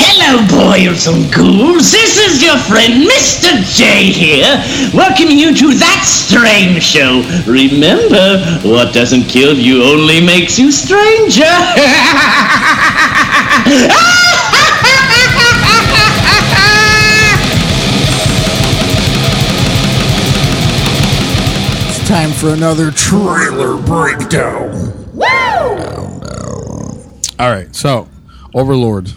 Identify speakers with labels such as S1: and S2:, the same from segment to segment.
S1: Hello, boys and ghouls. This is your friend Mr. J here, welcoming you to That Strange Show. Remember, what doesn't kill you only makes you stranger.
S2: It's time for another trailer breakdown. All right, so Overlord.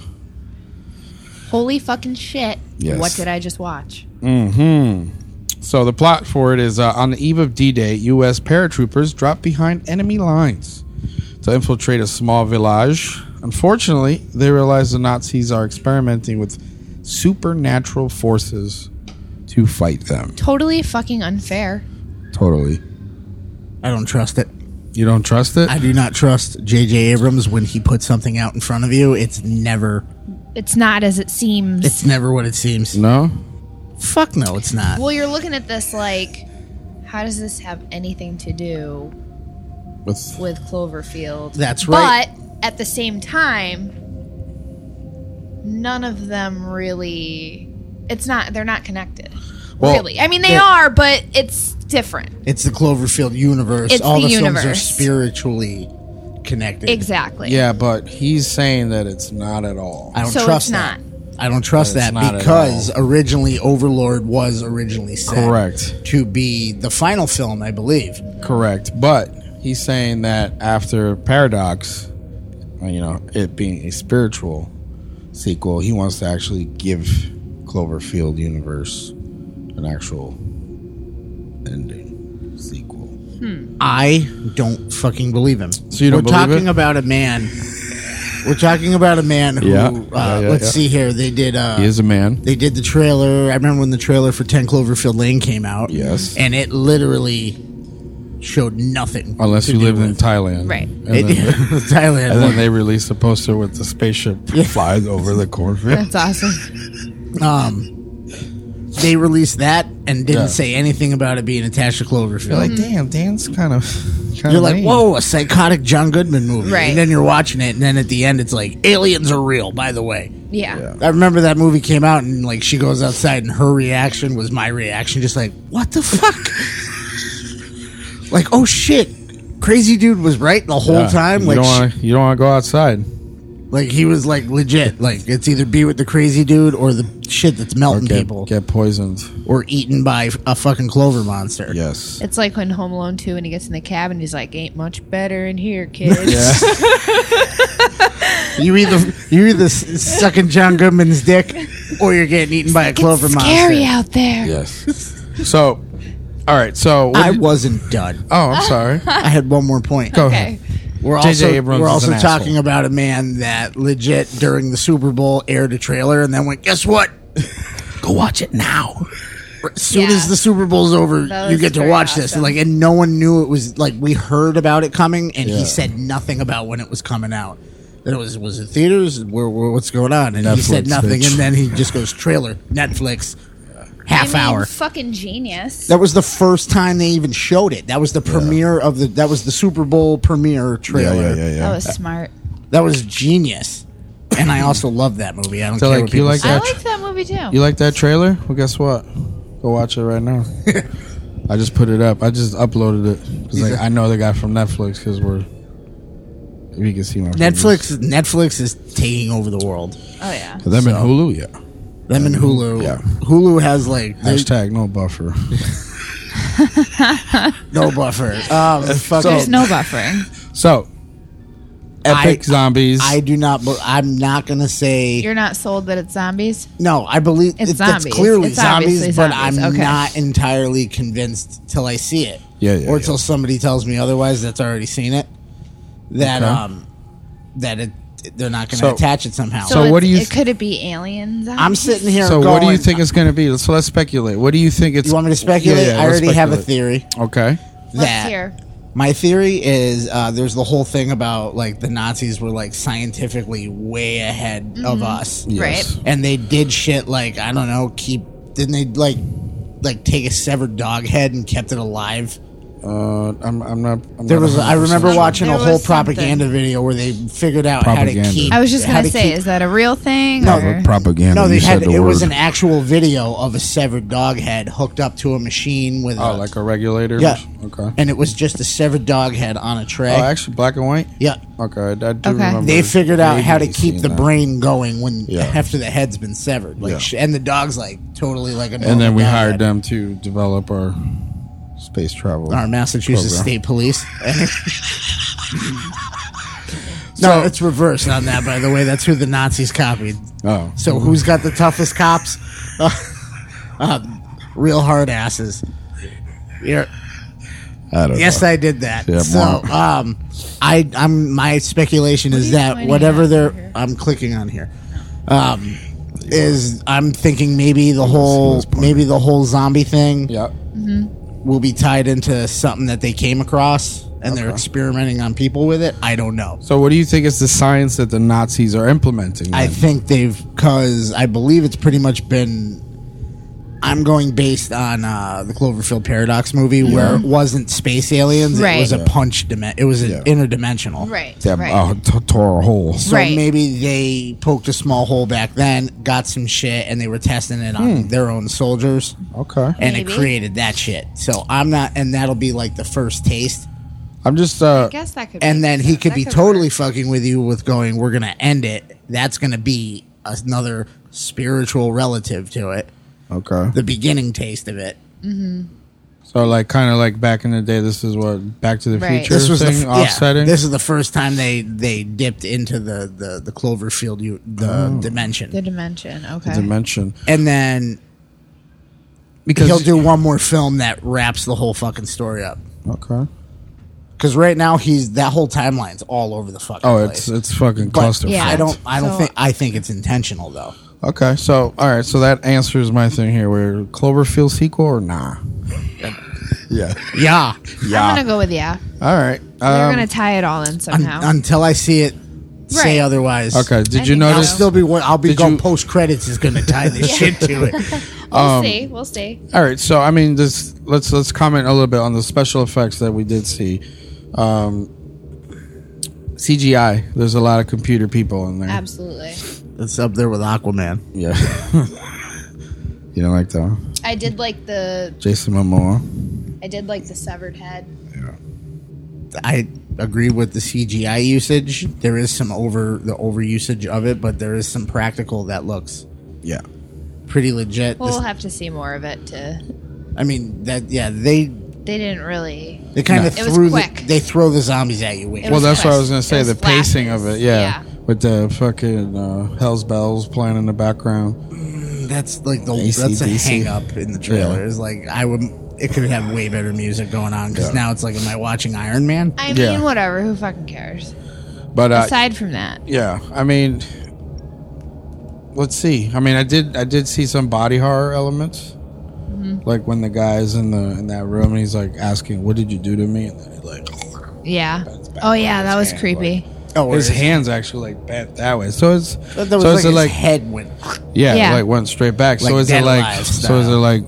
S3: Holy fucking shit.
S2: Yes.
S3: What did I just watch?
S2: So the plot for it is uh, on the eve of D-Day, U.S. paratroopers drop behind enemy lines to infiltrate a small village. Unfortunately, they realize the Nazis are experimenting with supernatural forces to fight them.
S3: Totally fucking unfair.
S2: Totally.
S4: I don't trust it.
S2: You don't trust it?
S4: I do not trust J.J. Abrams when he puts something out in front of you. It's never,
S3: It's not as it seems.
S4: it's never what it seems.
S2: no.
S4: Fuck no, it's not.
S3: well, you're looking at this like, how does this have anything to do
S2: With
S3: with Cloverfield?
S4: That's right.
S3: But at the same time, none of them really. It's not. They're not connected.
S2: Well,
S3: really. I mean, they
S4: they're-
S3: are, but it's different.
S4: It's the Cloverfield universe.
S3: It's
S4: All
S3: the
S4: the, films are
S3: universe.
S4: spiritually connected.
S3: Exactly.
S2: yeah, but he's saying that it's not at all.
S4: I don't
S3: So
S4: trust
S3: it's not.
S4: that. I don't trust
S2: It's
S4: that
S2: not at
S4: because originally Overlord was originally set
S2: Correct.
S4: to be the final film, I believe.
S2: Correct, but he's saying that after Paradox, you know, it being a spiritual sequel, he wants to actually give Cloverfield universe an actual ending sequel.
S4: I don't fucking believe him.
S2: So you don't
S4: We're
S2: believe
S4: talking
S2: it?
S4: about a man. We're talking about a man who.
S2: Yeah.
S4: Uh,
S2: Yeah, yeah,
S4: let's
S2: yeah.
S4: see here. They did. Uh,
S2: He is a man.
S4: they did the trailer. I remember when the trailer for Ten Cloverfield Lane came out.
S2: Yes.
S4: and it literally showed nothing.
S2: Unless
S4: to
S2: you
S4: do
S2: live in
S4: with.
S2: Thailand.
S3: Right.
S2: And
S4: It-
S2: then,
S4: Thailand.
S2: and then they released a poster with the spaceship flies over the cornfield.
S3: That's awesome.
S4: um, they released that and didn't
S2: Yeah.
S4: say anything about it being attached to Cloverfield.
S2: You're like, damn, Dan's kind of. Kind
S4: You're like, whoa, a psychotic John Goodman movie.
S3: Right.
S4: And then you're watching it, and then at the end, it's like, aliens are real, by the way.
S3: Yeah.
S4: I remember that movie came out, and like she goes outside, and her reaction was my reaction, just like, what the fuck? like, oh shit. Crazy dude was right the whole time.
S2: You
S4: Like,
S2: don't
S4: sh-
S2: wanna- you don't want to go outside.
S4: like he was like legit. Like it's either be with the crazy dude or the shit that's melting
S2: Get,
S4: people
S2: get poisoned.
S4: or eaten by a fucking clover monster.
S2: Yes.
S3: It's like when Home Alone 2 when he gets in the cab and he's like, ain't much better in here, kids.
S4: You either you either s- sucking John Goodman's dick or you're getting eaten by a clover
S3: Scary
S4: monster.
S3: out there.
S2: Yes. so, all right. So, what
S4: I
S2: did-
S4: wasn't done.
S2: oh, I'm sorry.
S4: I had one more point.
S2: Go ahead.
S3: Okay.
S4: We're
S2: J.J.
S4: also,
S2: Abrams
S4: we're
S2: is
S4: also
S2: an
S4: talking
S2: asshole.
S4: about a man that legit during the Super Bowl aired a trailer and then went, guess what? Go watch it now. As soon
S3: Yeah.
S4: as the Super Bowl's over,
S3: That
S4: you
S3: was
S4: get to
S3: very
S4: watch this.
S3: awesome.
S4: Like, and no one knew it was like we heard about it coming, and
S2: Yeah.
S4: he said nothing about when it was coming out. That it was was it theaters? Where, where what's going on? And he said
S2: Netflix,
S4: nothing,
S2: bitch.
S4: and then he just goes trailer Netflix, half hour.
S3: Fucking genius.
S4: That was the first time they even showed it. That was the premiere of the that was the Super Bowl premiere
S2: Yeah,
S4: trailer.
S2: yeah, yeah,
S3: That
S2: yeah.
S3: was smart.
S4: That was genius. And I also love that movie. I don't
S2: So,
S4: care
S2: like,
S4: what
S2: you
S4: people
S2: like
S4: say.
S3: I
S2: Gotcha.
S3: like that movie too.
S2: You like that trailer? Well, guess what? Go watch it right now. I just put it up. I just uploaded it because like, I know the guy from Netflix because we're. We can see my
S4: Netflix. Netflix is taking over the world.
S3: oh yeah.
S2: Them and Hulu, yeah.
S4: Them and Hulu.
S2: Yeah.
S4: Hulu has like they-
S2: Hashtag no buffer.
S4: no buffer. Um, fuck
S3: There's
S4: it.
S3: no buffer.
S2: So, epic
S4: I-
S2: zombies.
S4: I do not. be- I'm not gonna say
S3: You're not sold that it's zombies.
S4: no. I believe
S3: It's
S4: it's, that's
S3: zombies.
S4: clearly
S3: It's
S4: zombies,
S3: obviously
S4: but
S3: zombies,
S4: I'm
S3: okay.
S4: not entirely convinced till I see it.
S2: Yeah, yeah,
S4: or
S2: yeah.
S4: till somebody tells me otherwise. That's already seen it. That
S2: Okay.
S4: um, that it they're not gonna
S2: So-
S4: attach it somehow.
S2: So what do
S3: it's-
S2: you
S3: It
S2: th-
S3: could it be aliens?
S4: I'm sitting here.
S2: so, what do you
S4: going-
S2: think it's going to be? So, let's speculate. What do you think it's.
S4: You want me to speculate?
S2: Yeah, yeah,
S4: I
S2: let's
S4: already have a
S2: speculate.
S4: theory.
S2: Okay.
S3: Let's hear.
S4: My theory is uh, there's the whole thing about like the Nazis were like scientifically way ahead
S3: Mm-hmm.
S4: of us,
S2: Yes.
S3: Right.
S4: and they did shit like I don't know, keep didn't they like like take a severed dog head and kept it alive
S2: Uh, I'm, I'm not. I'm
S4: There
S2: not
S4: was. I
S2: 100%
S4: remember
S2: sure.
S4: watching
S3: There
S4: a whole
S3: was something.
S4: propaganda video where they figured out how
S2: Propaganda.
S4: to keep.
S3: I was just
S4: how
S3: gonna
S4: to
S3: say,
S4: keep-
S3: is that a real thing?
S4: No,
S3: or-
S5: Propaganda.
S4: no, they
S5: you
S4: had.
S5: said the
S4: it
S5: word.
S4: was an actual video of a severed dog head hooked up to a machine with.
S2: Oh, like a regulator.
S4: yeah.
S2: Okay.
S4: And it was just a severed dog head on a tray.
S2: Oh, actually, black and white.
S4: yeah.
S2: Okay, I, I do
S3: Okay.
S2: remember.
S4: They figured out how to
S5: Maybe
S4: keep
S5: seen
S4: the
S5: that.
S4: brain going when
S5: Yeah.
S4: after the head's been severed, like,
S5: Yeah.
S4: sh- and the dog's like totally like a.
S2: and then
S4: normal
S2: we
S4: dog
S2: hired
S4: head.
S2: them to develop our.
S5: space travel.
S4: our
S2: Oh,
S4: Massachusetts
S5: program.
S4: State Police. no, it's reversed on that. By the way, that's who the Nazis copied.
S2: Oh,
S4: So who's got the toughest cops? Uh, um, real hard asses. You're-
S5: I don't
S4: yes,
S5: know.
S4: I did that.
S5: Yeah,
S4: so
S5: more.
S4: um, I, I'm my speculation is
S3: you
S4: that
S3: pointing
S4: whatever
S3: at
S4: they're,
S3: here?
S4: I'm clicking on here. Um, is I'm thinking maybe the whole
S5: was pointing.
S4: maybe the whole zombie thing
S2: yeah.
S4: will be tied into something that they came across and they're experimenting on people with it. I don't know.
S2: So, what do you think is the science that the Nazis are implementing?
S4: I
S2: then?
S4: think they've because I believe it's pretty much been. I'm going based on uh, the Cloverfield Paradox movie, where it wasn't space aliens;
S3: Right.
S4: it was a punch dimension. It was an
S5: Yeah.
S4: interdimensional.
S3: Right.
S5: That,
S3: right.
S4: uh,
S5: Oh, t- tore a hole.
S4: So
S3: Right.
S4: maybe they poked a small hole back then, got some shit, and they were testing it on their own soldiers,
S2: Okay.
S4: and
S3: Hmm. Maybe.
S4: it created that shit. So I'm not, and that'll be like the first taste.
S2: I'm just. Uh,
S3: I guess that could.
S4: and
S3: make
S4: then he
S3: sense.
S4: could
S3: That
S4: be
S3: work.
S4: totally fucking with you with going we're gonna end it that's gonna be another spiritual relative to it
S5: Okay.
S4: the beginning taste of it
S2: so, like, kind of like back in the day, this is what Back to the
S3: Right.
S2: Future
S4: this was
S2: thing,
S4: the f- yeah,
S2: offsetting.
S4: this is the first time they they dipped into the the, the cloverfield you, the
S3: Oh.
S4: dimension
S3: the dimension. Okay.
S2: dimension.
S4: and then
S2: Because
S4: he'll do one more film that wraps the whole fucking story up
S2: Okay.
S4: because right now he's that whole timeline's all over the fucking
S2: Oh,
S4: place.
S2: it's it's fucking
S4: But
S2: clusterfuck.
S3: yeah.
S4: i don't i don't
S3: So-
S4: think i think it's intentional though
S2: Okay, so all right, so that answers my thing here. Where Cloverfield sequel or nah?
S5: Yeah.
S4: yeah
S3: I'm gonna go with yeah.
S2: All right.
S3: We're
S2: Um,
S3: gonna tie it all in
S4: Un-
S3: somehow.
S4: until I see it say
S3: Right.
S4: otherwise.
S2: okay.
S3: I
S2: Did you
S3: think I'll
S4: I'll
S2: notice?
S4: still be what I'll be
S2: Did
S4: going
S2: you-
S4: post credits is going to tie this shit to it.
S3: we'll
S4: um,
S3: see. We'll see.
S2: All right. So I mean, this let's let's comment a little bit on the special effects that we did see. Um, CGI. There's a lot of computer people in there.
S3: Absolutely.
S4: It's up there with Aquaman.
S5: Yeah. you don't like that? one?
S3: I did like the
S5: Jason Momoa.
S3: I did like the severed head.
S4: I agree with the CGI usage. There is some over the over usage of it, but there is some practical that looks
S5: Yeah.
S4: pretty legit.
S3: Well, we'll
S4: This-
S3: have to see more of it. To
S4: I mean that yeah they
S3: they didn't really.
S4: they kind of
S3: It was
S4: threw
S3: quick.
S4: the, they throw the zombies at you.
S3: It
S4: Wait.
S2: Well,
S3: was
S2: that's what I
S3: fast.
S2: was gonna
S3: It
S2: say.
S3: was
S2: The pacing of it,
S3: flashes.
S2: yeah, with the fucking uh, Hell's Bells playing in the background.
S4: That's like the that's a
S5: AC/DC.
S4: hang up in the trailer. It's like I would it could have way better music going on because now it's like am I watching Iron Man?
S3: I
S2: Yeah.
S3: mean, whatever. Who fucking cares?
S2: But uh,
S3: Aside from that,
S2: yeah, I mean, let's see. I mean, I did I did see some body horror elements,
S3: Mm-hmm.
S2: like when the guy's in the in that room and he's like asking, "What did you do to me?" and then he like
S3: yeah. Oh yeah, that was creepy.
S4: Oh, where
S2: his
S4: is it?
S2: hands actually like bent that way. So it's
S4: But there was
S2: so
S4: like
S2: is
S4: his
S2: it like
S4: head went.
S2: yeah,
S3: Yeah.
S2: like went straight back. so
S4: Like
S2: is
S4: Dead
S2: it like
S4: Alive
S2: so is it
S4: style.
S2: like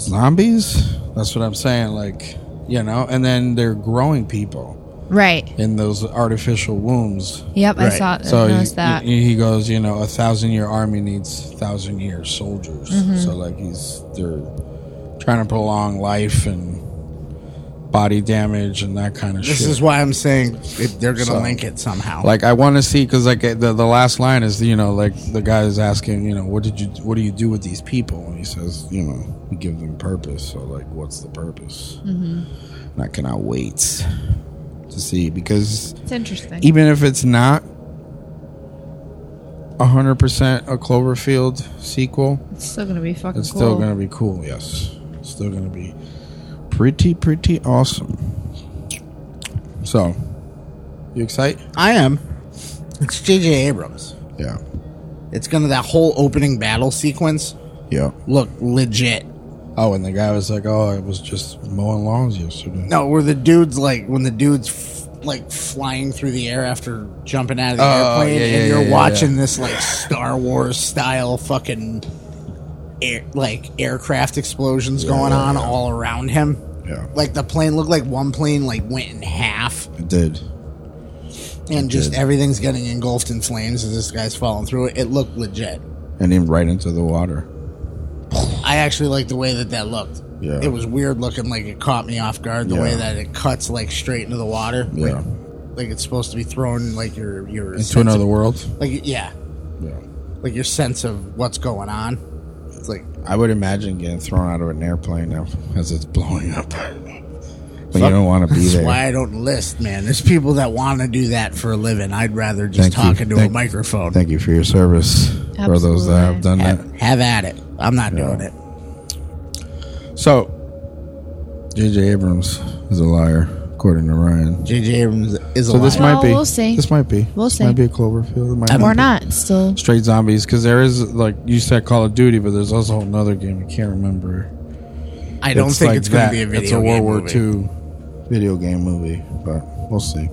S2: zombies? That's what I'm saying. Like you know, and then they're growing people.
S3: Right.
S2: in those artificial wombs.
S3: Yep. I
S4: Right.
S3: saw. I
S2: So he,
S3: noticed that.
S2: he he goes, you know, a thousand year army needs thousand year soldiers.
S3: Mm-hmm.
S2: So like he's they're trying to prolong life and body damage and that kind of
S4: This
S2: shit.
S4: is why I'm saying it, they're gonna
S2: So-
S4: link it somehow.
S2: like I want to see because like the the last line is you know like the guy is asking you know what did you what do you do with these people and he says you know we give them purpose so like what's the purpose mm-hmm. and I cannot wait to see because
S3: it's interesting.
S2: even if it's not 100% a Cloverfield sequel,
S3: It's still gonna be fucking
S2: it's
S3: cool.
S2: still going to be cool, yes. It's still going to be pretty, pretty awesome. So, you excited?
S4: I am. It's J.J. Abrams.
S5: Yeah.
S4: It's gonna that whole opening battle sequence
S5: Yeah.
S4: look legit.
S2: Oh, and the guy was like, oh, it was just mowing lawns yesterday.
S4: No, where the dudes like when the dudes f- like flying through the air after jumping out of the
S2: Oh,
S4: airplane,
S2: yeah, yeah,
S4: and you're
S2: yeah, yeah.
S4: watching this like Star Wars style fucking air, like aircraft explosions going on all around him.
S2: Yeah.
S4: Like the plane looked like one plane like went in half,
S2: It did.
S4: and just
S2: did.
S4: everything's getting engulfed in flames as this guy's falling through it. It looked legit.
S2: And then right into the water.
S4: I actually like the way that that looked.
S2: Yeah.
S4: It was weird looking, like it caught me off guard. The
S2: Yeah.
S4: way that it cuts like straight into the water.
S2: Yeah.
S4: Like, like it's supposed to be thrown like your your sense
S2: Into
S4: of-
S2: another world.
S4: Like yeah,
S2: Yeah.
S4: like your sense of what's going on. It's like
S2: I would imagine getting thrown out of an airplane now as it's blowing up. But you don't want to be
S4: that's
S2: there.
S4: why I don't list, man. There's people that want to do that for a living. I'd rather just
S2: Thank you.
S4: talk into
S2: Thank-
S4: a microphone.
S2: Thank you for your service for those that have done that.
S4: have, have at it. I'm not doing it.
S2: So, J.J. Abrams is a liar, according to Ryan.
S4: JJ Abrams is a
S2: So this
S4: liar.
S2: might
S3: Well,
S2: be.
S3: we'll see.
S2: This might be.
S3: We'll
S2: this
S3: see.
S2: Might be a Cloverfield. It might
S4: Um,
S2: not
S3: Or
S2: be.
S3: not, still.
S2: Straight zombies, because there is like you said, Call of Duty, but there's also another game I can't remember.
S4: I don't think
S2: like
S4: it's going
S2: that.
S4: to be a video
S2: It's a World
S4: game
S2: War
S4: movie.
S2: II video game movie, but we'll see.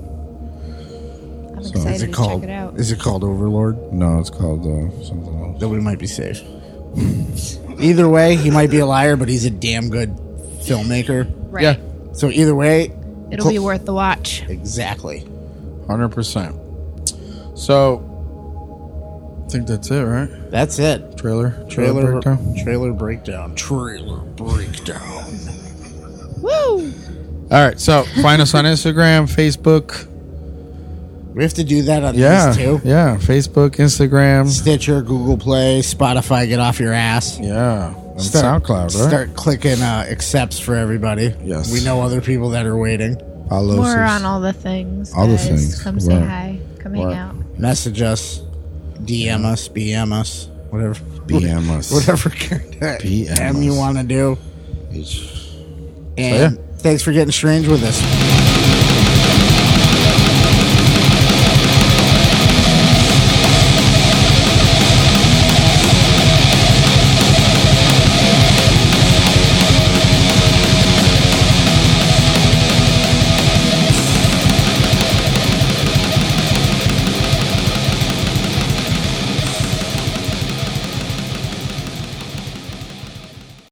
S3: I'm
S4: Is
S3: excited
S4: it
S3: to
S4: called?
S3: check it out.
S4: Is it called Overlord?
S2: No, it's called uh, something else.
S4: Then we might be safe. either way, he might be a liar, but he's a damn good filmmaker.
S3: Right.
S6: Yeah,
S4: So either way,
S3: It'll be worth the watch.
S4: exactly.
S6: hundred percent. So, I think that's it, right?
S4: That's it.
S6: Trailer,
S4: Trailer
S6: breakdown?
S4: Trailer breakdown. Trailer breakdown.
S3: Woo!
S6: All right, so find us on Instagram, Facebook.
S4: We have to do that on
S6: Yeah,
S4: these two.
S6: yeah, Facebook, Instagram,
S4: Stitcher, Google Play, Spotify. Get off your ass.
S6: yeah, and SoundCloud, right?
S4: Start clicking uh, accepts for everybody.
S2: Yes.
S4: We know other people that are waiting.
S2: Follow
S3: We're
S2: us.
S3: on all the things.
S2: All the
S3: guys.
S2: things.
S3: Come say
S2: Right.
S3: hi. Come
S2: Right.
S3: hang out.
S4: Message us, DM us, BM us, whatever.
S2: DM us.
S4: Whatever kind of
S2: PM
S4: DM you
S2: us.
S4: want to do.
S2: It's-
S4: And thanks for getting strange with us.